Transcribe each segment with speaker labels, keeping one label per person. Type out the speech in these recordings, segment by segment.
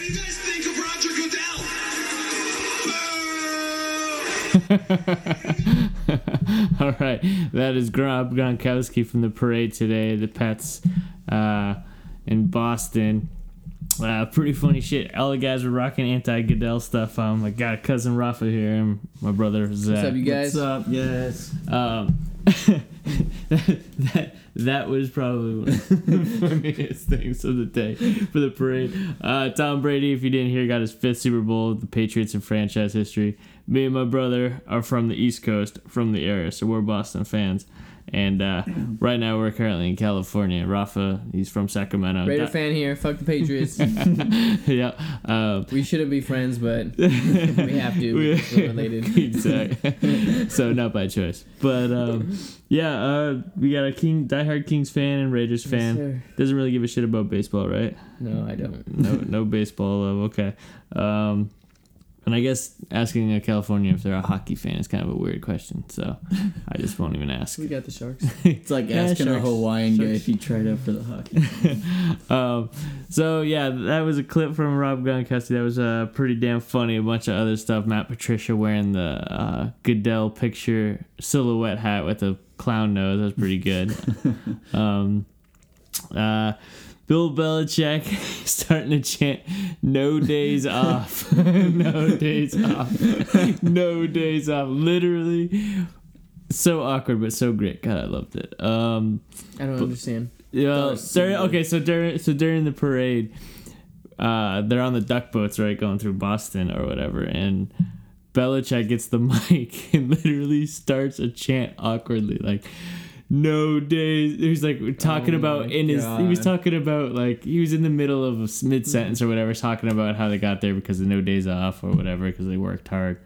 Speaker 1: you guys think of Roger Goodell?
Speaker 2: All right, that is Rob Gronkowski from the parade today. The Pets uh, in Boston. Uh, pretty funny shit. All the guys were rocking anti Goodell stuff. Um, I got a cousin Rafa here and my brother Zach.
Speaker 3: What's up, you guys?
Speaker 4: What's up? Yes.
Speaker 2: Um, that, that that was probably one of the funniest things of the day for the parade. Uh, Tom Brady, if you didn't hear, got his fifth Super Bowl, the Patriots in franchise history. Me and my brother are from the East Coast, from the area, so we're Boston fans. And uh, right now we're currently in California. Rafa, he's from Sacramento.
Speaker 3: Raider
Speaker 2: Di-
Speaker 3: fan here. Fuck the Patriots.
Speaker 2: yeah. Um,
Speaker 3: we shouldn't be friends, but we have to. because We're related.
Speaker 2: exactly. so not by choice, but um, yeah, uh, we got a King, diehard Kings fan and Raiders fan.
Speaker 3: sir.
Speaker 2: Doesn't really give a shit about baseball, right?
Speaker 3: No, I don't.
Speaker 2: No, no baseball love. Okay, um, and I guess asking a California if they're a hockey fan is kind of a weird question, so I just won't even ask.
Speaker 3: We got the Sharks.
Speaker 4: It's like
Speaker 2: Yeah,
Speaker 4: asking a
Speaker 2: sharks.
Speaker 4: Hawaiian guy
Speaker 2: Sharks.
Speaker 4: if he tried out for the hockey.
Speaker 2: Um, so yeah, that was a clip from Rob Gronkowski. That was uh, pretty damn funny. A bunch of other stuff. Matt Patricia wearing the uh, Goodell picture silhouette hat with a clown nose. That was pretty good. um, uh, Bill Belichick starting to chant "No days off, no days off, no days off." Literally, so awkward but so great. God, I loved it. Um,
Speaker 3: I don't understand.
Speaker 2: yeah.
Speaker 4: Dark
Speaker 2: During,
Speaker 4: Silver.
Speaker 2: okay, so during so during the parade, uh, they're on the duck boats, right, going through Boston or whatever, and Belichick gets the mic and literally starts a chant awkwardly, like no days. He was like talking
Speaker 3: Oh
Speaker 2: about
Speaker 3: my
Speaker 2: in his. He was
Speaker 3: God.
Speaker 2: talking about like he was in the middle of a mid sentence or whatever, talking about how they got there because of no days off or whatever because they worked hard.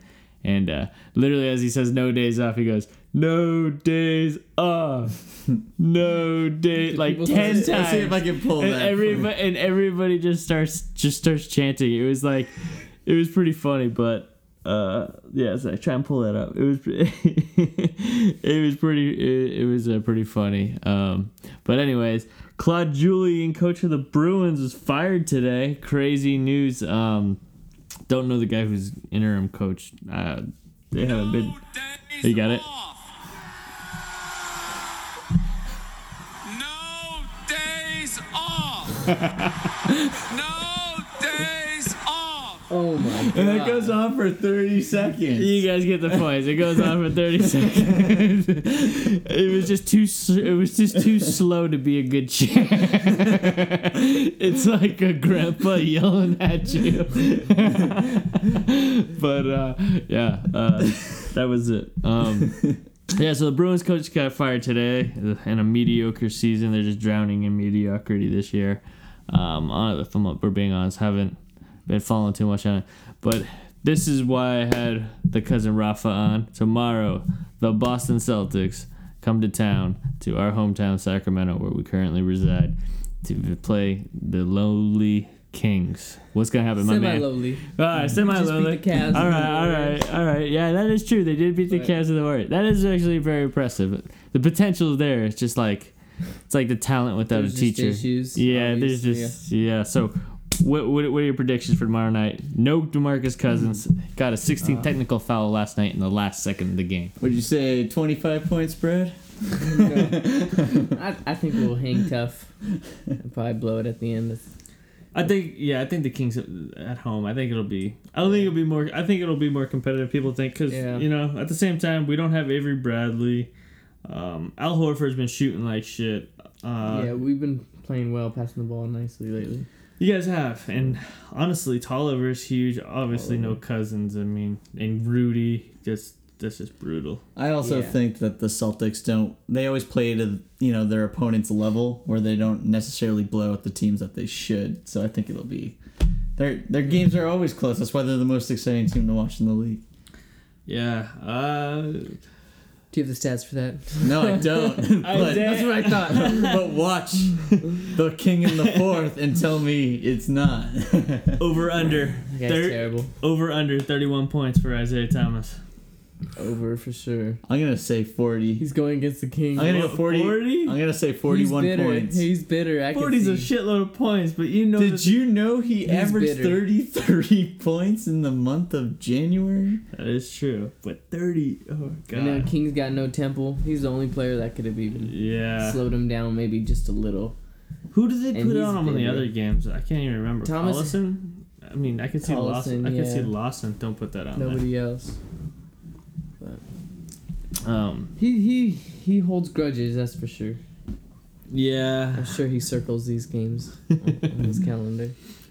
Speaker 2: And uh, literally, as he says "no days off," he goes "no days off, no day." like
Speaker 3: people
Speaker 2: ten
Speaker 3: say-
Speaker 2: times.
Speaker 4: Let's see if I can pull
Speaker 2: and
Speaker 4: that.
Speaker 2: everybody and everybody just starts just starts chanting. It was like, it was pretty funny, but. Uh yeah, so I try and pull that up. It was it was pretty it, it was uh, pretty funny. Um but anyways, Claude Julian, coach of the Bruins, was fired today. Crazy news. Um don't know the guy who's interim coach. Uh, they haven't been.
Speaker 1: No
Speaker 2: You got it?
Speaker 1: days off. No days off. no days off.
Speaker 3: Oh my god.
Speaker 4: and that goes on for 30 seconds.
Speaker 2: You guys get the points. It goes on for thirty seconds. it was just too. s- It was just too slow to be a good chant. it's like a grandpa yelling at you. but uh, yeah, uh, that was it. Um, yeah, so the Bruins coach got fired today uh, in a mediocre season. They're just drowning in mediocrity this year. Um, hon- if I'm, if we're being honest, haven't been following too much on it. But this is why I had the cousin Rafa on tomorrow. The Boston Celtics come to town to our hometown Sacramento, where we currently reside, to play the lowly Kings. What's gonna happen, my
Speaker 3: Semi
Speaker 2: man?
Speaker 3: lowly.
Speaker 2: All right, semi
Speaker 3: Just beat
Speaker 2: lowly.
Speaker 3: the Cavs
Speaker 2: All
Speaker 3: and
Speaker 2: right, all
Speaker 3: the
Speaker 2: right, all right. Yeah, that is true. They did beat the
Speaker 3: Right.
Speaker 2: Cavs of the Warriors. That is actually very impressive. The potential is there. It's just like it's like the talent without
Speaker 3: There's
Speaker 2: a
Speaker 3: just
Speaker 2: teacher.
Speaker 3: issues,
Speaker 2: yeah, there's
Speaker 3: obviously,
Speaker 2: just yeah. So, what, what what are your predictions for tomorrow night? No Demarcus Cousins got a
Speaker 3: Uh.
Speaker 2: 16 technical foul last night in the last second of the game.
Speaker 4: Would you say 25 point spread?
Speaker 3: I, I think we'll hang tough and probably blow it at the end.
Speaker 2: I think yeah, I think the Kings at home. I think it'll be. I don't think it'll be more. I think it'll be more competitive. People think because
Speaker 3: Yeah.
Speaker 2: you know at the same time we don't have Avery Bradley. Um, Al Horford's been shooting like shit. Uh,
Speaker 3: yeah, we've been playing well, passing the ball nicely lately.
Speaker 2: You guys have, and honestly, Tolliver's huge. Obviously, no cousins. I mean, and Rudy just that's just brutal.
Speaker 4: I also
Speaker 3: Yeah.
Speaker 4: think that the Celtics don't. They always play to you know their opponent's level, where they don't necessarily blow out the teams that they should. So I think it'll be their their games are always close. That's why they're the most exciting team to watch in the league.
Speaker 2: Yeah. Uh,
Speaker 3: Do you have the stats for that?
Speaker 4: No, I don't.
Speaker 2: I
Speaker 4: but,
Speaker 2: did-
Speaker 3: That's what I thought.
Speaker 4: but watch the king in the fourth and tell me it's not.
Speaker 2: over under
Speaker 3: That's
Speaker 2: Thir-
Speaker 3: terrible.
Speaker 2: over under thirty one points for Isaiah Thomas.
Speaker 3: over for sure.
Speaker 4: I'm gonna say 40.
Speaker 3: He's going against the king.
Speaker 4: I'm gonna go 40.
Speaker 2: 40?
Speaker 4: I'm gonna say
Speaker 3: He's
Speaker 4: 41
Speaker 3: bitter.
Speaker 4: points.
Speaker 3: He's bitter. I can
Speaker 2: 40's a
Speaker 3: see.
Speaker 2: shitload of points, but you know
Speaker 4: Did
Speaker 2: that-
Speaker 4: you know he averaged
Speaker 3: bitter.
Speaker 4: 33 points in the month of January?
Speaker 2: that is true. But 30, oh god.
Speaker 3: And then King's got no temple. He's the only player that could have even
Speaker 2: yeah.
Speaker 3: slowed him down, maybe just a little.
Speaker 2: Who did they
Speaker 3: And
Speaker 2: put
Speaker 3: he's
Speaker 2: on him on the
Speaker 3: bitter.
Speaker 2: other games? I can't even remember.
Speaker 3: Thomas-
Speaker 2: Collison? I mean, I could see Lawson.
Speaker 3: Collison,
Speaker 2: I could see
Speaker 3: yeah.
Speaker 2: Lawson. Don't put that on
Speaker 3: Nobody else.
Speaker 2: there. Um,
Speaker 3: He he he holds grudges. That's for sure.
Speaker 2: yeah,
Speaker 3: I'm sure he circles these games on, on his calendar.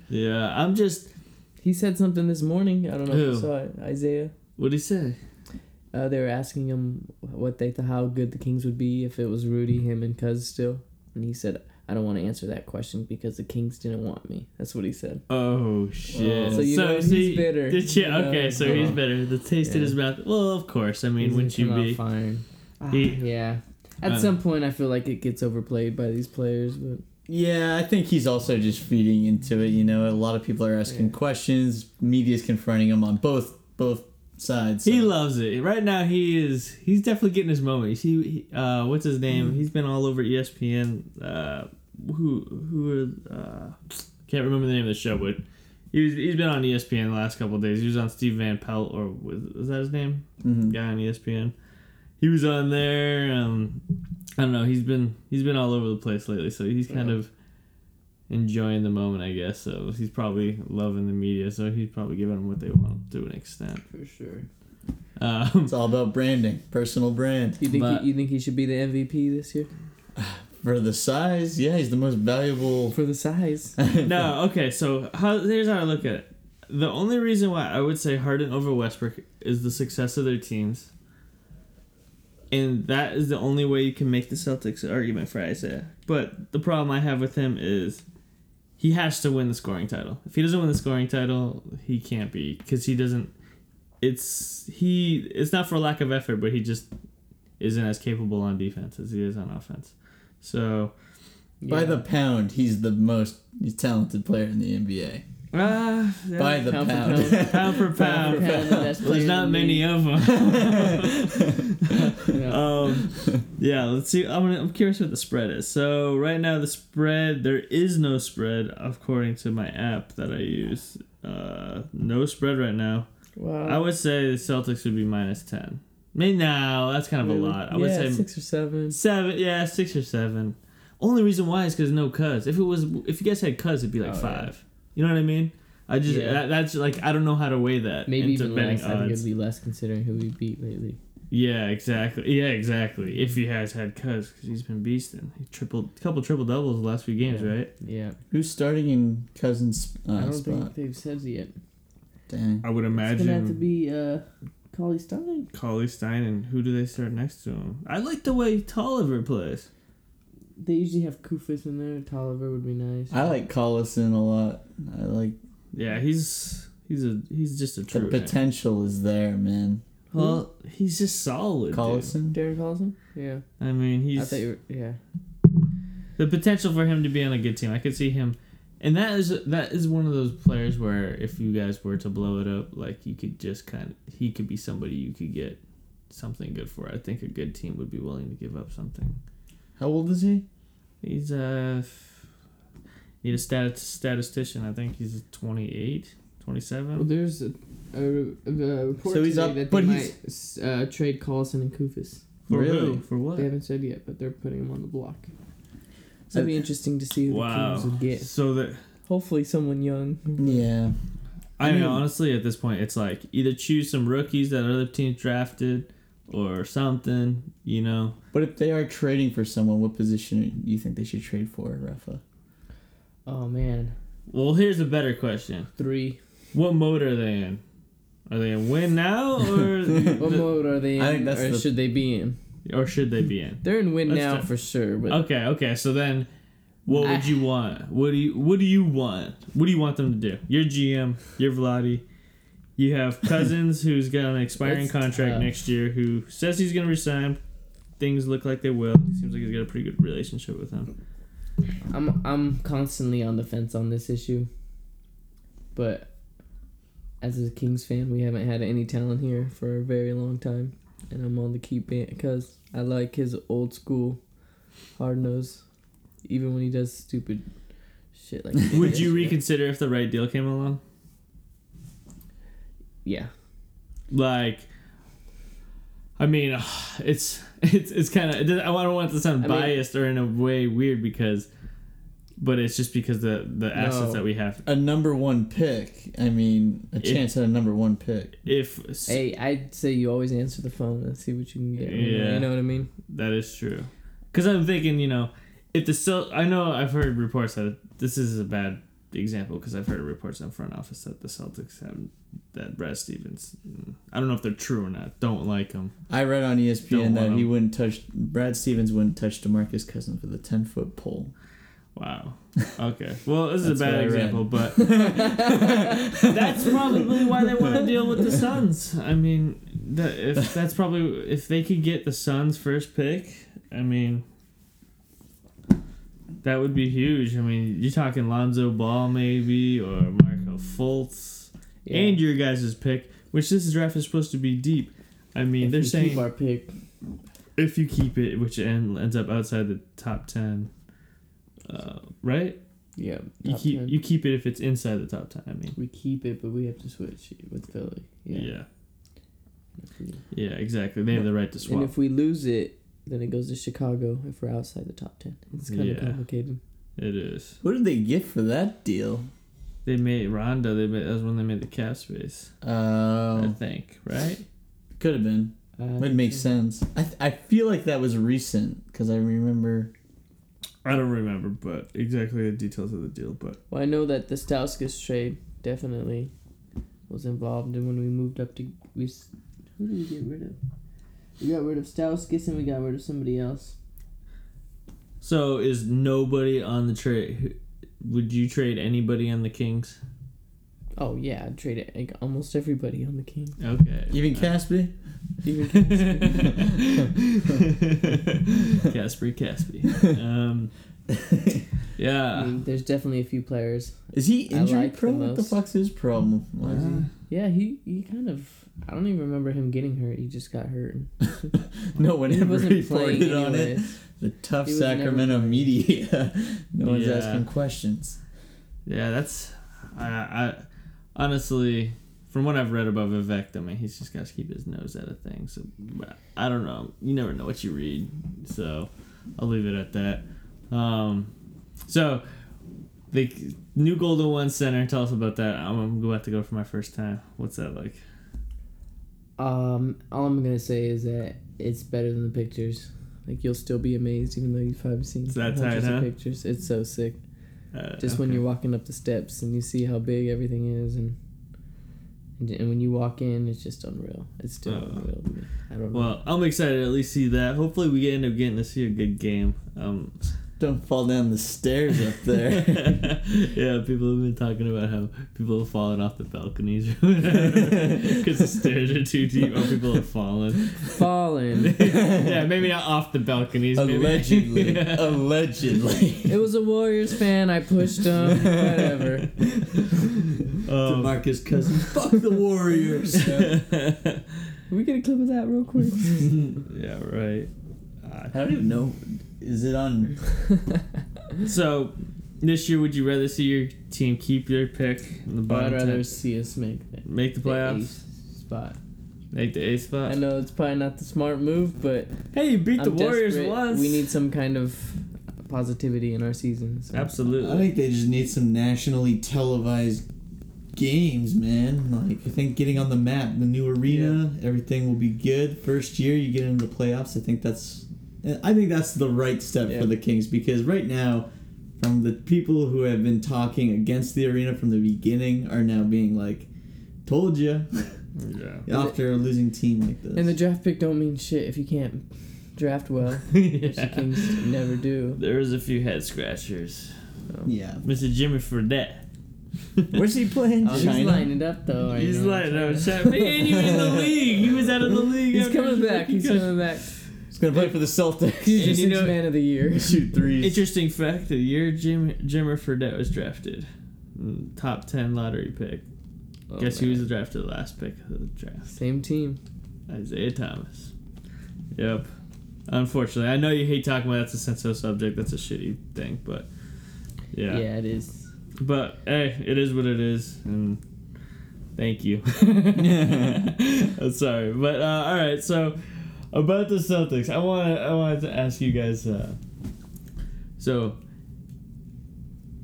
Speaker 2: yeah. I'm just.
Speaker 3: He said something this morning. I don't know if
Speaker 2: Who?
Speaker 3: you saw it. Isaiah.
Speaker 2: What do you say?
Speaker 3: Uh, they were asking him what they th- how good the Kings would be if it was Rudy, him, and Cuz still, and he said, "I don't want to answer that question because the Kings didn't want me." That's what he said.
Speaker 2: Oh shit!
Speaker 3: So you know he's
Speaker 2: see-
Speaker 3: bitter.
Speaker 2: did you-
Speaker 3: You know
Speaker 2: okay,
Speaker 3: he's
Speaker 2: so he's
Speaker 3: bitter.
Speaker 2: bitter. The taste in
Speaker 3: Yeah.
Speaker 2: his mouth. Well, of course. I mean,
Speaker 3: He's
Speaker 2: wouldn't
Speaker 3: gonna
Speaker 2: you
Speaker 3: come out
Speaker 2: be?
Speaker 3: firing. Ah,
Speaker 2: He-
Speaker 3: yeah. At
Speaker 2: Uh,
Speaker 3: some point, I feel like it gets overplayed by these players, but
Speaker 4: Yeah, I think he's also just feeding into it. You know, a lot of people are asking
Speaker 3: Yeah.
Speaker 4: questions. Media's confronting him on both both sides.
Speaker 2: He
Speaker 4: so-
Speaker 2: loves it. Right now, he is. He's definitely getting his moment. He, he uh, what's his name? He's been all over E ESPN. Uh, who, who? Uh, can't remember the name of the show, but he was. He's been on E ESPN the last couple of days. He was on Steve Van Pelt, or was, was that his name?
Speaker 4: Mhm.
Speaker 2: Guy on E ESPN. He was on there. Um, I don't know. He's been. He's been all over the place lately. So he's kind of. Enjoying the moment, I guess. So he's probably loving the media. So he's probably giving them what they want to an extent.
Speaker 3: for sure.
Speaker 2: Um,
Speaker 4: It's all about branding, personal brand.
Speaker 3: You think
Speaker 2: But-
Speaker 3: he, you think he should be the MVP this year
Speaker 4: For the size, yeah, he's the most valuable.
Speaker 3: for the size?
Speaker 2: No, okay. So how, here's how I look at it. The only reason why I would say Harden over Westbrook is the success of their teams, and that is the only way you can make the Celtics argument for Isaiah. But the problem I have with him is he has to win the scoring title. If he doesn't win the scoring title, he can't be because he doesn't. It's he. It's not for lack of effort, but he just isn't as capable on defense as he is on offense. So.
Speaker 4: By the pound, he's the most talented player in the NBA.
Speaker 2: Uh, yeah.
Speaker 4: By the
Speaker 3: Pound for
Speaker 4: pound.
Speaker 3: pound.
Speaker 2: pound for pound. Well, there's not many of them. um, yeah, let's see. I'm, gonna, I'm curious what the spread is. So right now the spread there is no spread according to my app that I use. Uh, no spread right now. I
Speaker 3: Wow.
Speaker 2: would say the Celtics would be minus ten. Maybe no, that's kind of a lot. I would
Speaker 3: yeah,
Speaker 2: say
Speaker 3: six or seven.
Speaker 2: seven. Yeah, six or seven. Only reason why is because no cuz. If it was, if you guys had cuz, it'd be like
Speaker 3: Oh, yeah.
Speaker 2: five. You know what I mean? I just
Speaker 3: Yeah.
Speaker 2: that, that's like I don't know how to weigh that.
Speaker 3: Maybe
Speaker 2: into
Speaker 3: even
Speaker 2: betting
Speaker 3: less. I think
Speaker 2: odds.
Speaker 3: it'd be less considering who we beat lately.
Speaker 2: Yeah, exactly. Yeah, exactly. If he has had Cuz, because he's been beasting. He tripled, couple triple doubles the last few games,
Speaker 3: Yeah.
Speaker 2: right?
Speaker 3: Yeah.
Speaker 4: Who's starting in Cousins' uh,
Speaker 3: I don't
Speaker 4: spot?
Speaker 3: think they've said it yet.
Speaker 4: Dang.
Speaker 2: I would
Speaker 3: It's gonna have to
Speaker 2: imagine
Speaker 3: be uh, Collie Stein.
Speaker 2: Collie Stein and who do they start next to him? I like the way Tolliver plays.
Speaker 3: They usually have Kufis in there. Tolliver would be nice.
Speaker 4: I like Collison a lot. I like
Speaker 2: Yeah, he's he's a he's just a
Speaker 4: the
Speaker 2: true. man.
Speaker 4: potential is there, man.
Speaker 2: Well, he's just solid. dude.
Speaker 4: Collison.
Speaker 3: Darren Collison. Yeah.
Speaker 2: I mean,
Speaker 3: I
Speaker 2: he's
Speaker 3: thought you were, yeah.
Speaker 2: the potential for him to be on a good team. I could see him, and that is that is one of those players where if you guys were to blow it up, like you could just kind of he could be somebody you could get something good for. I think a good team would be willing to give up something.
Speaker 4: How old is he?
Speaker 2: He's uh need a stat- statistician. I think he's 28,
Speaker 3: Well,
Speaker 2: 27.
Speaker 3: there's a, a, a report
Speaker 4: So he's
Speaker 3: today
Speaker 4: up-
Speaker 3: that
Speaker 4: but
Speaker 3: they
Speaker 4: he's-
Speaker 3: might s- uh, trade Collison and Kufis.
Speaker 2: For
Speaker 4: Really?
Speaker 2: who? For what?
Speaker 3: They haven't said yet, but they're putting him on the block. So
Speaker 4: So-
Speaker 3: it'd be interesting to see who the
Speaker 2: Wow.
Speaker 3: Kings would get.
Speaker 2: So that
Speaker 3: Hopefully, someone young.
Speaker 4: Yeah.
Speaker 2: I mean,
Speaker 4: Hmm.
Speaker 2: honestly, at this point, it's like either choose some rookies that other teams drafted or something. You know.
Speaker 4: But if they are trading for someone, what position do you think they should trade for, Rafa?
Speaker 3: Oh man,
Speaker 2: Well, here's a better question.
Speaker 3: three.
Speaker 2: What mode are they in? Are they in win now or
Speaker 3: What mode are they in,
Speaker 4: I think that's
Speaker 3: or
Speaker 4: the-
Speaker 3: should they be in?
Speaker 2: or should they be in?
Speaker 3: They're in win
Speaker 2: That's
Speaker 3: now
Speaker 2: tough.
Speaker 3: for sure, but
Speaker 2: Okay, okay. So then what
Speaker 3: Ah.
Speaker 2: would you want? What do you what do you want? What do you want them to do? You're GM, you're Vladi. You have Cousins who's got an expiring
Speaker 3: That's
Speaker 2: contract
Speaker 3: tough.
Speaker 2: next year who says he's going to resign. Things look like they will. Seems like he's got a pretty good relationship with him.
Speaker 3: I'm I'm constantly on the fence on this issue, but as a Kings fan, we haven't had any talent here for a very long time, and I'm on the keep band because I like his old school, hard nose, even when he does stupid shit like. he did
Speaker 2: Would you
Speaker 3: yesterday.
Speaker 2: reconsider if the right deal came along?
Speaker 3: Yeah,
Speaker 2: Like, I mean, uh, it's it's it's kind of. I don't want it to sound
Speaker 3: I mean-
Speaker 2: biased or in a way weird because, but it's just because the the assets
Speaker 3: No.
Speaker 2: that we have.
Speaker 4: A number one pick. I mean, a
Speaker 2: Yeah.
Speaker 4: chance at a number one pick.
Speaker 2: If
Speaker 3: hey, I'd say you always answer the phone and see what you can get.
Speaker 2: Yeah.
Speaker 3: you know what I mean.
Speaker 2: That is true. Because I'm thinking, you know, if the Cel- I know I've heard reports that this is a bad example because I've heard reports in front office that the Celtics have that Brad Stevens. mm, I don't know if they're true or not. Don't like him.
Speaker 4: I read on E
Speaker 2: Don't
Speaker 4: ESPN
Speaker 2: want
Speaker 4: that he
Speaker 2: him.
Speaker 4: wouldn't touch Brad Stevens wouldn't touch DeMarcus Cousins with a ten foot pole.
Speaker 2: Wow. Okay. Well, this is a
Speaker 4: That's what
Speaker 2: bad
Speaker 4: I read.
Speaker 2: example, but that's probably why they want to deal with the Suns. I mean, that if that's probably if they could get the Suns first pick, I mean, that would be huge. I mean, you're talking Lonzo Ball maybe or Marco Fultz,
Speaker 3: Yeah.
Speaker 2: and your guys' pick, which this draft is supposed to be deep. I mean,
Speaker 3: If
Speaker 2: they're
Speaker 3: we
Speaker 2: saying
Speaker 3: keep our pick.
Speaker 2: if you keep it, which end, ends up outside the top ten, uh, right?
Speaker 3: Yeah,
Speaker 2: You
Speaker 3: top
Speaker 2: keep
Speaker 3: 10.
Speaker 2: you keep it if it's inside the top ten. I mean,
Speaker 3: we keep it, but we have to switch it with Philly.
Speaker 2: yeah,
Speaker 3: Yeah.
Speaker 2: yeah, exactly. They have the right to swap.
Speaker 3: And if we lose it, then it goes to Chicago if we're outside the top 10. It's kind
Speaker 2: Yeah.
Speaker 3: of complicated.
Speaker 2: it is.
Speaker 4: What did they get for that deal?
Speaker 2: They made Rondo. They made, that was when they made the cap space. I
Speaker 4: Uh,
Speaker 2: think right.
Speaker 4: could have been.
Speaker 3: Uh,
Speaker 4: Would make sense. I, th- I feel like that was recent because I remember.
Speaker 2: I don't remember, but exactly the details of the deal. But
Speaker 3: Well, I know that the Stauskas trade definitely was involved. And when we moved up to. we s- Who did we get rid of? We got rid of Stauskas and we got rid of somebody else.
Speaker 2: so is nobody on the trade? Would you trade anybody on the Kings?
Speaker 3: Oh, yeah, I traded like, almost everybody on the King.
Speaker 2: Okay.
Speaker 4: Even Caspi?
Speaker 3: Even
Speaker 2: Casper, Caspi. Um,
Speaker 3: I
Speaker 2: yeah.
Speaker 3: mean, there's definitely a few players.
Speaker 4: Is he
Speaker 3: I
Speaker 4: injury
Speaker 3: like the
Speaker 4: prone? What the
Speaker 3: most.
Speaker 4: fuck's his problem? Why is
Speaker 2: Ah.
Speaker 4: he-
Speaker 3: Yeah, he, he kind of. I don't even remember him getting hurt. He just got hurt.
Speaker 4: no one
Speaker 3: He
Speaker 4: ever
Speaker 3: wasn't playing
Speaker 4: reported on it.
Speaker 3: anyways.
Speaker 4: The tough
Speaker 3: He was never
Speaker 4: Sacramento
Speaker 3: playing.
Speaker 4: media. no one's
Speaker 2: Yeah.
Speaker 4: asking questions.
Speaker 2: Yeah, that's I, I honestly from what I've read about Vivek, I mean he's just got to keep his nose out of things. So, but I don't know. You never know what you read, so I'll leave it at that. Um, so the new Golden One Center, tell us about that. I'm about to go for my first time. What's that like?
Speaker 3: Um, all I'm gonna say is that it's better than the pictures. Like you'll still be amazed, even though you've probably seen
Speaker 2: It's that tight,
Speaker 3: hundreds
Speaker 2: huh?
Speaker 3: of pictures. It's so sick.
Speaker 2: Uh,
Speaker 3: Just when
Speaker 2: okay.
Speaker 3: you're walking up the steps and you see how big everything is, and and, and when you walk in, it's just unreal. It's still
Speaker 2: Oh.
Speaker 3: unreal. To me. I don't know.
Speaker 2: Well, I'm excited to at least see that. Hopefully, we end up getting to see a good game. Um,
Speaker 4: Don't fall down the stairs up there.
Speaker 2: yeah, people have been talking about how people have fallen off the balconies or whatever because the stairs are too deep or people have fallen.
Speaker 3: Fallen.
Speaker 2: yeah, maybe not off the balconies. maybe-
Speaker 4: Allegedly.
Speaker 2: Yeah.
Speaker 4: Allegedly.
Speaker 3: it was a Warriors fan. I pushed him. Whatever.
Speaker 2: Um,
Speaker 4: Marcus Cousins. Fuck the Warriors.
Speaker 3: Can we get a clip of that real quick?
Speaker 2: yeah, right. Uh,
Speaker 4: I don't even know. Is it on?
Speaker 2: so, this year, would you rather see your team keep your pick in the bottom
Speaker 3: I'd rather
Speaker 2: 10,
Speaker 3: see us make the,
Speaker 2: make the
Speaker 3: the
Speaker 2: playoffs,
Speaker 3: eighth spot.
Speaker 2: make the A
Speaker 3: I
Speaker 2: spot?
Speaker 3: know it's probably not the smart move, but
Speaker 2: Hey, you beat the
Speaker 3: I'm
Speaker 2: Warriors
Speaker 3: desperate.
Speaker 2: once.
Speaker 3: We need some kind of positivity in our season. So.
Speaker 4: I
Speaker 2: absolutely.
Speaker 4: think they just need some nationally televised games, man. Like I think getting on the map, the new arena, everything will be good. First year you get into the playoffs. I think that's I think that's the right step
Speaker 3: Yeah.
Speaker 4: for the Kings because right now from the people who have been talking against the arena from the beginning are now being like told you
Speaker 2: yeah.
Speaker 4: after a losing team like this.
Speaker 3: And the draft pick don't mean shit if you can't draft well, which the Kings never do.
Speaker 2: There was a few head scratchers.
Speaker 4: yeah.
Speaker 2: Mr. Jimmy Fredette.
Speaker 4: Where's he playing?
Speaker 3: Oh, he's
Speaker 4: Uh, China?
Speaker 3: lining up though. right
Speaker 2: He's
Speaker 3: now.
Speaker 2: like, no, Chad, man, you in the league. He was out of the league.
Speaker 3: He's
Speaker 2: after
Speaker 3: coming
Speaker 2: his
Speaker 3: back.
Speaker 2: rookie
Speaker 3: He's
Speaker 2: cut.
Speaker 3: coming back.
Speaker 4: He's gonna play for the
Speaker 3: He's
Speaker 4: Celtics.
Speaker 2: And
Speaker 3: the
Speaker 2: you
Speaker 3: sixth
Speaker 2: know-
Speaker 3: man of the year.
Speaker 4: Shoot threes.
Speaker 2: Interesting fact the year Jim, Jimmer Fredette was drafted, mm, top 10 lottery pick.
Speaker 3: Oh,
Speaker 2: Guess who
Speaker 3: man.
Speaker 2: was the draft to the last pick of the draft?
Speaker 3: Same team.
Speaker 2: Isaiah Thomas. Yep. Unfortunately, I know you hate talking about that's a sensitive subject. That's a shitty thing, but
Speaker 3: Yeah,
Speaker 2: yeah.
Speaker 3: it is.
Speaker 2: But hey, it is what it is, and thank you. I'm sorry, but uh, all right. So about the Celtics, I want I wanted to ask you guys. Uh, so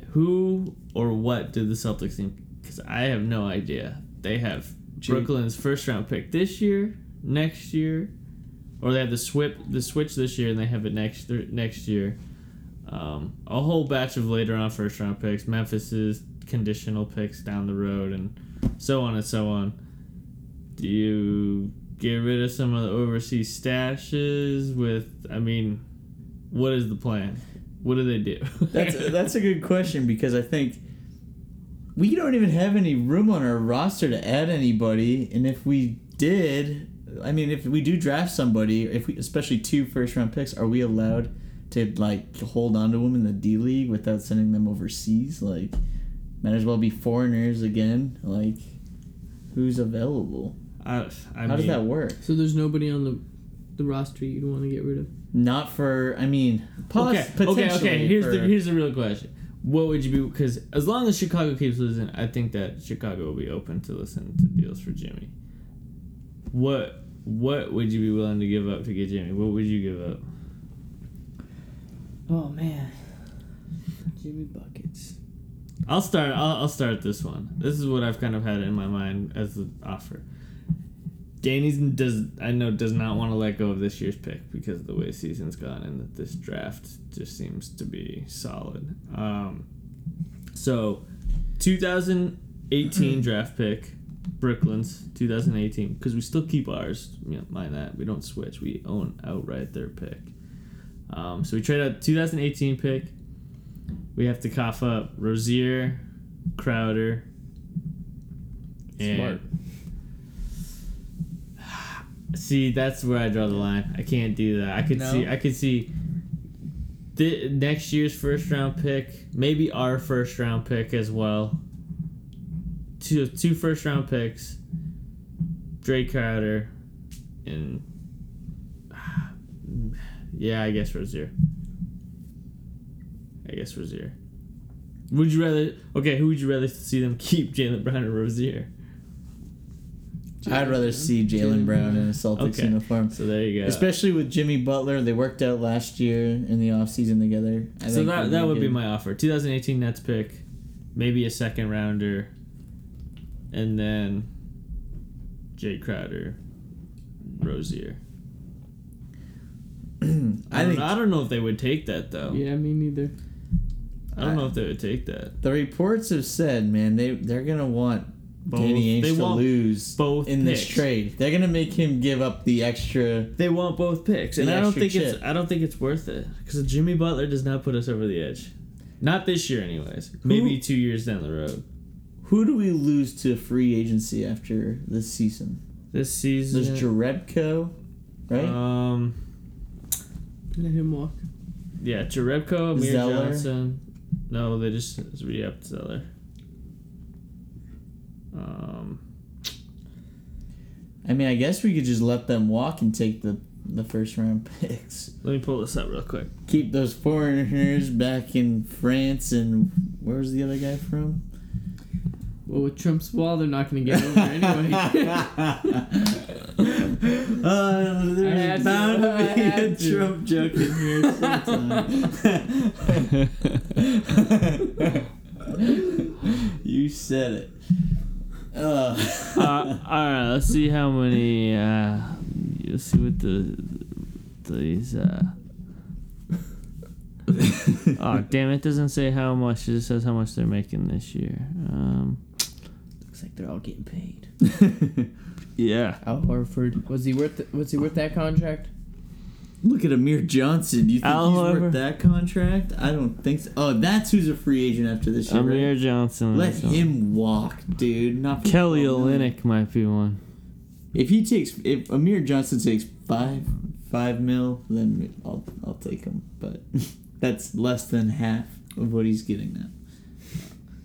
Speaker 2: who or what did the Celtics think? Because I have no idea. They have
Speaker 4: Jimmy-
Speaker 2: Brooklyn's first round pick this year, next year, or they have the swip the switch this year, and they have it next th- next year. Um, a whole batch of later on first round picks, Memphis's conditional picks down the road, and so on and so on. Do you get rid of some of the overseas stashes? With I mean, what is the plan? What do they do?
Speaker 4: That's that's a good question because I think we don't even have any room on our roster to add anybody, and if we did, I mean, if we do draft somebody, if we especially two first round picks, are we allowed to like hold on to them in the D League without sending them overseas? Like, might as well be foreigners again. Like, who's available?
Speaker 2: I, I
Speaker 4: How does that work?
Speaker 3: So there's nobody on the the roster you'd want to get rid of.
Speaker 4: Not for, I mean, pos-
Speaker 2: Okay,
Speaker 4: potentially.
Speaker 2: okay, okay. Here's the
Speaker 4: for-
Speaker 2: here's the real question. What would you be? Because as long as Chicago keeps losing, I think that Chicago will be open to listen to deals for Jimmy. What what would you be willing to give up to get Jimmy? What would you give up?
Speaker 3: Oh man, Jimmy buckets.
Speaker 2: I'll start. I'll, I'll start this one. This is what I've kind of had in my mind as the offer. Danny's does I know does not want to let go of this year's pick because of the way the season's gone and that this draft just seems to be solid. Um, so, 2018 draft pick, Brooklyn's 2018 because we still keep ours. You know, mind that we don't switch. We own outright their pick. Um, so we trade out 2018 pick. We have to cough up Rozier, Crowder, and-
Speaker 3: Smart.
Speaker 2: See, that's where I draw the line. I can't do that. I could
Speaker 4: No?
Speaker 2: see. I could see. The next year's first round pick, maybe our first round pick as well. Two two first round picks, Drake Crowder, and yeah, I guess Rozier. I guess Rozier. Would you rather? Okay, who would you rather see them keep, Jalen Brown or Rozier?
Speaker 4: I'd rather see Jalen Brown in a Celtics
Speaker 2: Okay.
Speaker 4: uniform.
Speaker 2: So there you go.
Speaker 4: Especially with Jimmy Butler, they worked out last year in the offseason together. I
Speaker 2: so
Speaker 4: think
Speaker 2: that
Speaker 4: they're
Speaker 2: that would be
Speaker 4: good.
Speaker 2: my offer. 2018 Nets pick, maybe a second rounder, and then Jay Crowder, Rozier. I,
Speaker 4: I
Speaker 2: don't,
Speaker 4: think
Speaker 2: I don't know if they would take that though.
Speaker 3: Yeah, me neither.
Speaker 2: I don't
Speaker 4: I-
Speaker 2: know if they would take that.
Speaker 4: the reports have said, man, they they're gonna want
Speaker 2: Both-
Speaker 4: Danny Ainge
Speaker 2: they
Speaker 4: to
Speaker 2: want
Speaker 4: lose
Speaker 2: both
Speaker 4: in this
Speaker 2: picks.
Speaker 4: trade. They're gonna make him give up the extra.
Speaker 2: They want both picks, and
Speaker 4: The
Speaker 2: I don't
Speaker 4: extra
Speaker 2: think it's
Speaker 4: chip.
Speaker 2: I don't think it's worth it because Jimmy Butler does not put us over the edge. Not this year, anyways. Maybe two years down the road.
Speaker 4: Who do we lose to free agency after this season?
Speaker 2: This
Speaker 4: There's
Speaker 2: season,
Speaker 4: Jarebko, right?
Speaker 2: um,
Speaker 3: Let him walk.
Speaker 2: Yeah, Jarebko, Amir
Speaker 4: Zeller.
Speaker 2: Johnson. No, they just re-upped Zeller. Um,
Speaker 4: I mean, I guess we could just let them walk and take the the first round picks.
Speaker 2: let me pull this up real quick.
Speaker 4: keep those foreigners back in France and where's the other guy from?
Speaker 3: Well, with Trump's wall, they're not gonna get over anyway.
Speaker 4: Uh,
Speaker 3: I had
Speaker 4: there's
Speaker 3: to.
Speaker 4: bound
Speaker 3: I
Speaker 4: to be a
Speaker 3: had to.
Speaker 4: Trump joke in here sometime. you said it. Uh,
Speaker 2: uh, all right, let's see how many. Uh, let's see what the these. Uh, oh damn! It doesn't say how much. It just says how much they're making this year. Um,
Speaker 3: Looks like they're all getting paid.
Speaker 2: yeah.
Speaker 4: Al Horford.
Speaker 3: Was he worth? was he worth that contract?
Speaker 4: Look at Amir Johnson. Do you think
Speaker 2: Al
Speaker 4: he's
Speaker 2: Horford.
Speaker 4: worth that contract? I don't think so. Oh, that's who's a free agent after this year. right?
Speaker 2: Amir Johnson.
Speaker 4: Let
Speaker 2: is one.
Speaker 4: him walk, dude. Not for
Speaker 2: Kelly
Speaker 4: twelve million.
Speaker 2: Olynyk might be one.
Speaker 4: If he takes, if Amir Johnson takes five five mil, then I'll I'll take him. But that's less than half of what he's getting now.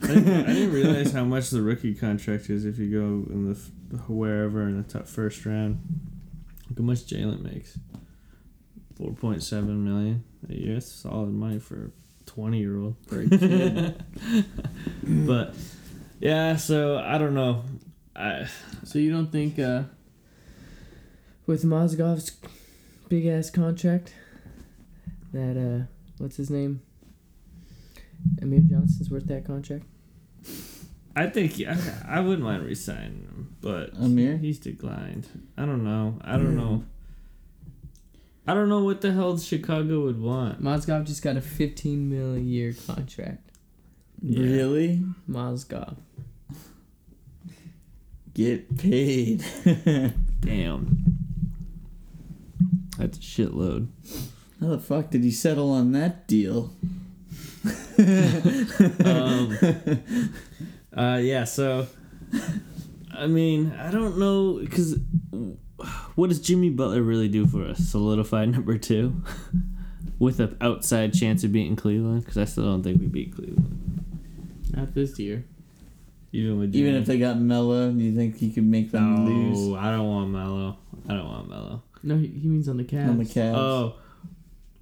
Speaker 2: I didn't, I didn't realize how much the rookie contract is if you go in the f- wherever in the top first round. Look how much Jalen makes. Four point seven million a year. That's solid money for a twenty year old.
Speaker 4: For a kid.
Speaker 2: But yeah, so I don't know. I
Speaker 3: So you don't think uh, with Mozgov's big ass contract that uh, what's his name? Amir Johnson's worth that contract.
Speaker 2: I think yeah, I wouldn't mind resigning him, but
Speaker 4: Amir?
Speaker 2: he's declined. I don't know. I don't know. I don't know what the hell Chicago would want.
Speaker 3: Mozgov just got a 15 mil a year contract.
Speaker 2: Yeah.
Speaker 4: Really?
Speaker 3: Mozgov.
Speaker 4: Get paid.
Speaker 5: Damn. That's a shitload.
Speaker 4: How the fuck did he settle on that deal?
Speaker 2: um, uh, yeah, so I mean, I don't know because
Speaker 5: What does Jimmy Butler really do for us? Solidify number two with an outside chance of beating Cleveland? Because I still don't think we beat Cleveland.
Speaker 3: Not this year.
Speaker 2: even with
Speaker 4: Even if they got Mello, do you think he could make them lose
Speaker 2: no, I don't want Mello. I don't want Mello.
Speaker 3: No, he, he means on the Cavs.
Speaker 4: on the Cavs?
Speaker 2: Oh,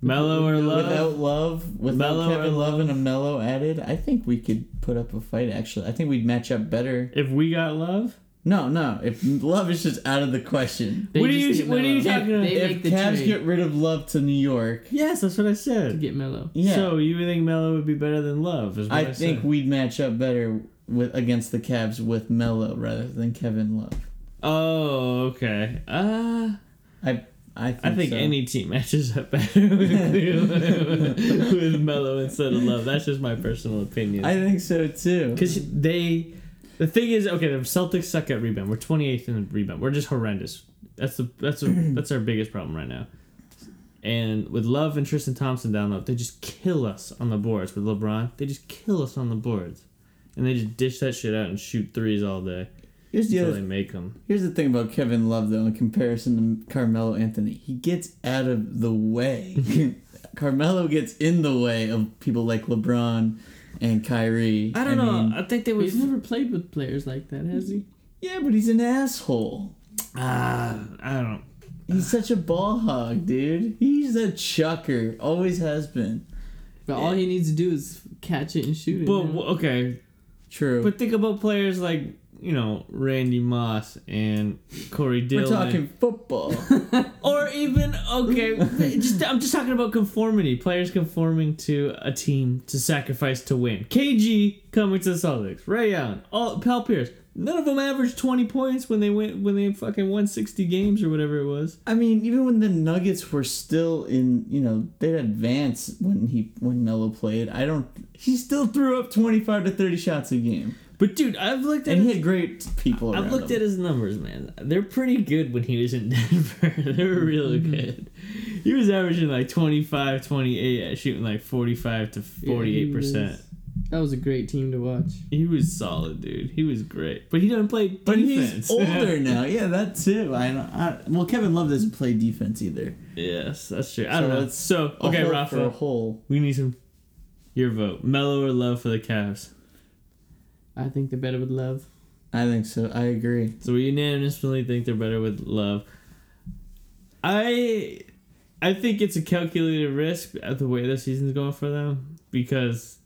Speaker 2: Mello or Love?
Speaker 4: Without love, without
Speaker 2: Mello or
Speaker 4: Kevin Love and a Mello added, I think we could put up a fight. Actually, I think we'd match up better.
Speaker 2: if we got Love,
Speaker 4: No, no. If love is just out of the question,
Speaker 3: They
Speaker 2: What are
Speaker 3: just
Speaker 2: you-
Speaker 3: get
Speaker 2: what are
Speaker 3: Melo.
Speaker 2: you talking about?
Speaker 3: They
Speaker 4: if
Speaker 3: make the
Speaker 4: Cavs
Speaker 3: trade
Speaker 4: get rid of love to New York,
Speaker 2: yes, that's what I
Speaker 3: to
Speaker 2: said.
Speaker 3: get Melo.
Speaker 4: yeah,
Speaker 2: So you think Mello would be better than Love? Is what I,
Speaker 4: I think
Speaker 2: Said.
Speaker 4: we'd match up better with against the Cavs with Mello rather than Kevin Love.
Speaker 2: Oh, okay. Uh,
Speaker 4: I I think,
Speaker 2: I think
Speaker 4: so.
Speaker 2: any team matches up better with, Cleveland- with Mello instead of Love. That's just my personal opinion.
Speaker 4: I think so too.
Speaker 2: Because they, the thing is, okay, the Celtics suck at rebound. We're 28th in rebound. We're just horrendous. That's the that's a, that's our biggest problem right now. And with Love and Tristan Thompson down low, they just kill us on the boards. With LeBron, they just kill us on the boards, and they just dish that shit out and shoot threes all day
Speaker 4: Here's the
Speaker 2: until
Speaker 4: other
Speaker 2: they make them.
Speaker 4: Here's the thing about Kevin Love, though, in comparison to Carmelo Anthony. He gets out of the way. Carmelo gets in the way of people like LeBron and Kyrie.
Speaker 2: I don't know.
Speaker 4: mean,
Speaker 2: I think they would.
Speaker 3: He's never played with players like that, has he?
Speaker 4: yeah, but he's an asshole.
Speaker 2: Ah, I don't.
Speaker 4: He's such a ball hog, dude. He's a chucker. Always has been.
Speaker 3: But all he needs to do is catch it and shoot it.
Speaker 2: But
Speaker 3: you know?
Speaker 2: w- okay,
Speaker 4: True.
Speaker 2: but think about players like you know Randy Moss and Corey
Speaker 4: We're
Speaker 2: Dillon.
Speaker 4: talking football.
Speaker 2: Or even okay, just I'm just talking about conformity. Players conforming to a team to sacrifice to win. KG coming to the Celtics. Ray Allen, all Pal Pierce. None of them averaged 20 points when they went when they fucking won 60 games or whatever it was.
Speaker 4: I mean, even when the Nuggets were still in, you know, they'd advance when he when Melo played. I don't. He still threw up twenty five to thirty shots a game.
Speaker 2: But dude, I've looked at
Speaker 4: and he
Speaker 2: his,
Speaker 4: had great people.
Speaker 2: I've
Speaker 4: around
Speaker 2: looked
Speaker 4: him.
Speaker 2: at his numbers, man. They're pretty good when he was in Denver. they were really
Speaker 4: Mm-hmm.
Speaker 2: good. He was averaging like 25, 28, shooting like 45 to
Speaker 3: Yeah, he
Speaker 2: 48 percent.
Speaker 3: was- That was a great team to watch.
Speaker 2: He was solid, dude. He was great, but he doesn't play defense.
Speaker 4: But he's older now. Yeah, that too. I, don't- I well, Kevin Love doesn't play defense either.
Speaker 2: yes, that's true. I
Speaker 4: So
Speaker 2: don't know.
Speaker 4: it's
Speaker 2: So
Speaker 4: A
Speaker 2: okay,
Speaker 4: hole for a
Speaker 2: Rafa,
Speaker 4: hole.
Speaker 2: we need some your vote. Mellow or Love for the Cavs.
Speaker 3: I think they're better with love.
Speaker 4: I think so. I agree.
Speaker 2: So we unanimously think they're better with Love. I I think it's a calculated risk at the way the season's going for them because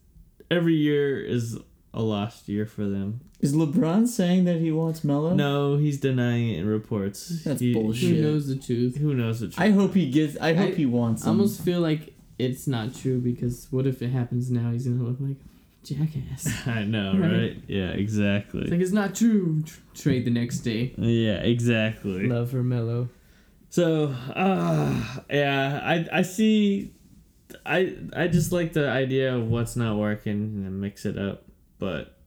Speaker 2: every year is a lost year for them.
Speaker 4: Is LeBron saying that he wants Melo?
Speaker 2: No, he's denying it in reports.
Speaker 4: That's
Speaker 2: He-
Speaker 4: bullshit.
Speaker 3: Who knows the truth?
Speaker 2: Who knows the truth?
Speaker 4: I hope he gets. I hope
Speaker 3: I-
Speaker 4: he wants.
Speaker 3: I
Speaker 4: Him.
Speaker 3: almost feel like it's not true because what if it happens now? He's gonna look like a jackass.
Speaker 2: I know,
Speaker 3: Right.
Speaker 2: right? Yeah, exactly.
Speaker 3: It's like it's not true. Tr- Trade the next day.
Speaker 2: Yeah, exactly.
Speaker 3: Love for Mello.
Speaker 2: So, uh, yeah, I I see. I I just like the idea of what's not working and then mix it up, but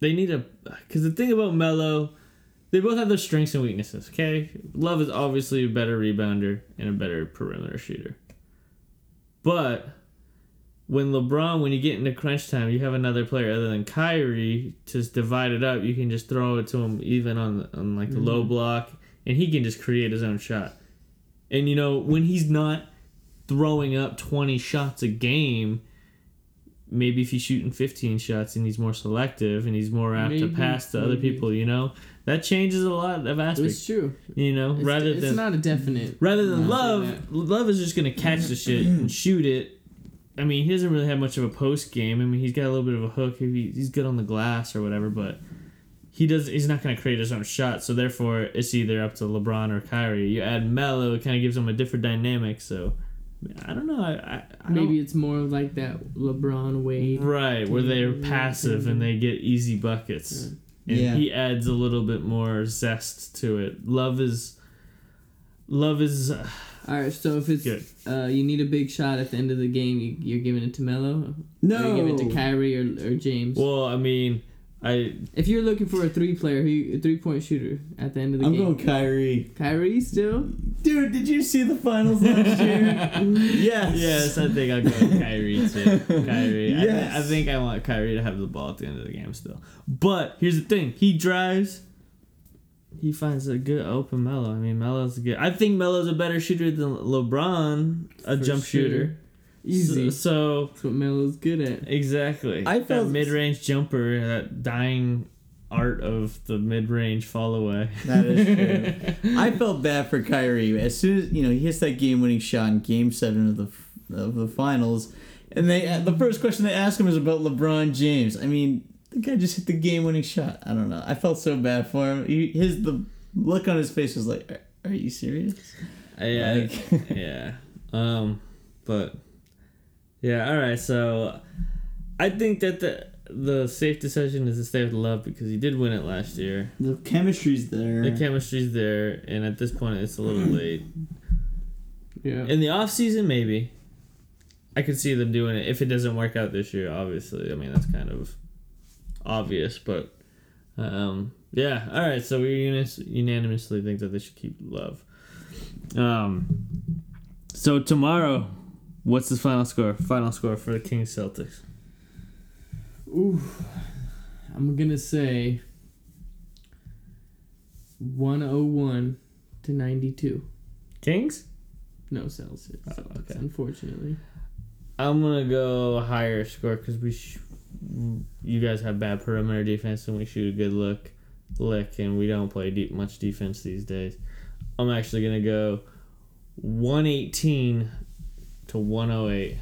Speaker 2: they need a because the thing about Mello, they both have their strengths and weaknesses. Okay, Love is obviously a better rebounder and a better perimeter shooter, but when LeBron, when you get into crunch time, you have another player other than Kyrie to s- divide it up. You can just throw it to him even on on like the
Speaker 3: Mm-hmm.
Speaker 2: low block, and he can just create his own shot. And you know when he's not throwing up twenty shots a game, maybe if he's shooting 15 shots and he's more selective and he's more apt to
Speaker 3: Maybe,
Speaker 2: pass to other
Speaker 3: maybe.
Speaker 2: people, you know, that changes a lot of
Speaker 3: It's
Speaker 2: aspects.
Speaker 3: true.
Speaker 2: You know,
Speaker 3: It's,
Speaker 2: rather
Speaker 3: it's
Speaker 2: than
Speaker 3: not a definite.
Speaker 2: rather than
Speaker 3: No.
Speaker 2: love, love is just gonna catch the shit and shoot it. I mean, he doesn't really have much of a post game. I mean, he's got a little bit of a hook. He, he's good on the glass or whatever, but he does. He's not gonna create his own shot. So therefore, it's either up to LeBron or Kyrie. You add Melo, it kind of gives him a different dynamic. So I don't know. I, I, I don't-
Speaker 3: Maybe it's more like that LeBron Wade.
Speaker 2: Right, where they're
Speaker 3: Mm.
Speaker 2: passive and they get easy buckets. And
Speaker 4: Yeah.
Speaker 2: he adds a little bit more zest to it. Love is love is uh,
Speaker 3: All right, so if it's
Speaker 2: Good.
Speaker 3: uh, you need a big shot at the end of the game, you, you're giving it to Melo.
Speaker 4: No.
Speaker 3: Or you give it to Kyrie or, or James.
Speaker 2: well, I mean, I
Speaker 3: if you're looking for a three player, who you- a three point shooter at the end of the
Speaker 4: I'm
Speaker 3: game,
Speaker 4: going Kyrie.
Speaker 3: Kyrie still.
Speaker 4: Dude, did you see the finals last year? yes.
Speaker 2: yes, I think I'll go with Kyrie too. Kyrie. I-
Speaker 4: Yes.
Speaker 2: I, think I want Kyrie to have the ball at the end of the game still. But here's the thing. He drives he finds a good open Melo. I mean, Melo's good. I think Melo's a better shooter than LeBron, a
Speaker 3: For
Speaker 2: jump shooter.
Speaker 3: Easy.
Speaker 2: So- so
Speaker 3: That's what Melo's good at.
Speaker 2: Exactly.
Speaker 4: I felt-
Speaker 2: that mid-range jumper, that dying art of the mid-range fall away.
Speaker 4: That is true. I felt bad for Kyrie as soon as you know he hits that game-winning shot in Game Seven of the of the finals, and they uh, the first question they ask him is about LeBron James. I mean, the guy just hit the game-winning shot. I don't know. I felt so bad for him. He, his the look on his face was like, "Are, are you serious?"
Speaker 2: yeah,
Speaker 4: Like-
Speaker 2: yeah. Um, but yeah. All right. So I think that the the safe decision is to stay with Love because he did win it last year.
Speaker 4: The chemistry's there.
Speaker 2: The chemistry's there, and at this point, it's a little late.
Speaker 3: Yeah.
Speaker 2: In the off season, maybe. I could see them doing it if it doesn't work out this year. Obviously, I mean that's kind of obvious, but um, yeah. All right, so we unis- unanimously think that they should keep Love. Um,
Speaker 6: So tomorrow,
Speaker 2: what's the final score? Final score for the Kings Celtics.
Speaker 3: Ooh, I'm gonna say 101 to 92.
Speaker 2: Kings.
Speaker 3: No Celsius.
Speaker 2: Oh,
Speaker 3: Celtics,
Speaker 2: okay.
Speaker 3: Unfortunately,
Speaker 2: I'm gonna go higher score because we, sh- you guys have bad perimeter defense and we shoot a good look, lick, and we don't play deep much defense these days. I'm actually gonna go 118 to 108.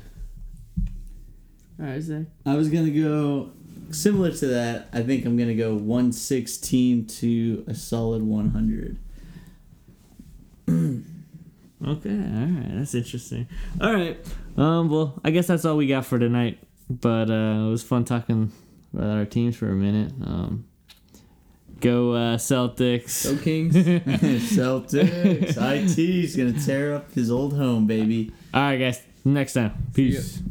Speaker 3: all right, Zach.
Speaker 4: I was gonna go similar to that. I think I'm gonna go 116 to a solid 100.
Speaker 2: Okay, all right, that's interesting. All right,
Speaker 6: um, well, I guess that's all we got for tonight. But uh, it was fun talking about our teams for a minute. Um, go uh, Celtics.
Speaker 3: Go Kings.
Speaker 4: Celtics. IT is gonna tear up his old home, baby.
Speaker 6: All right, guys. Next time.
Speaker 3: See ya.
Speaker 6: Peace.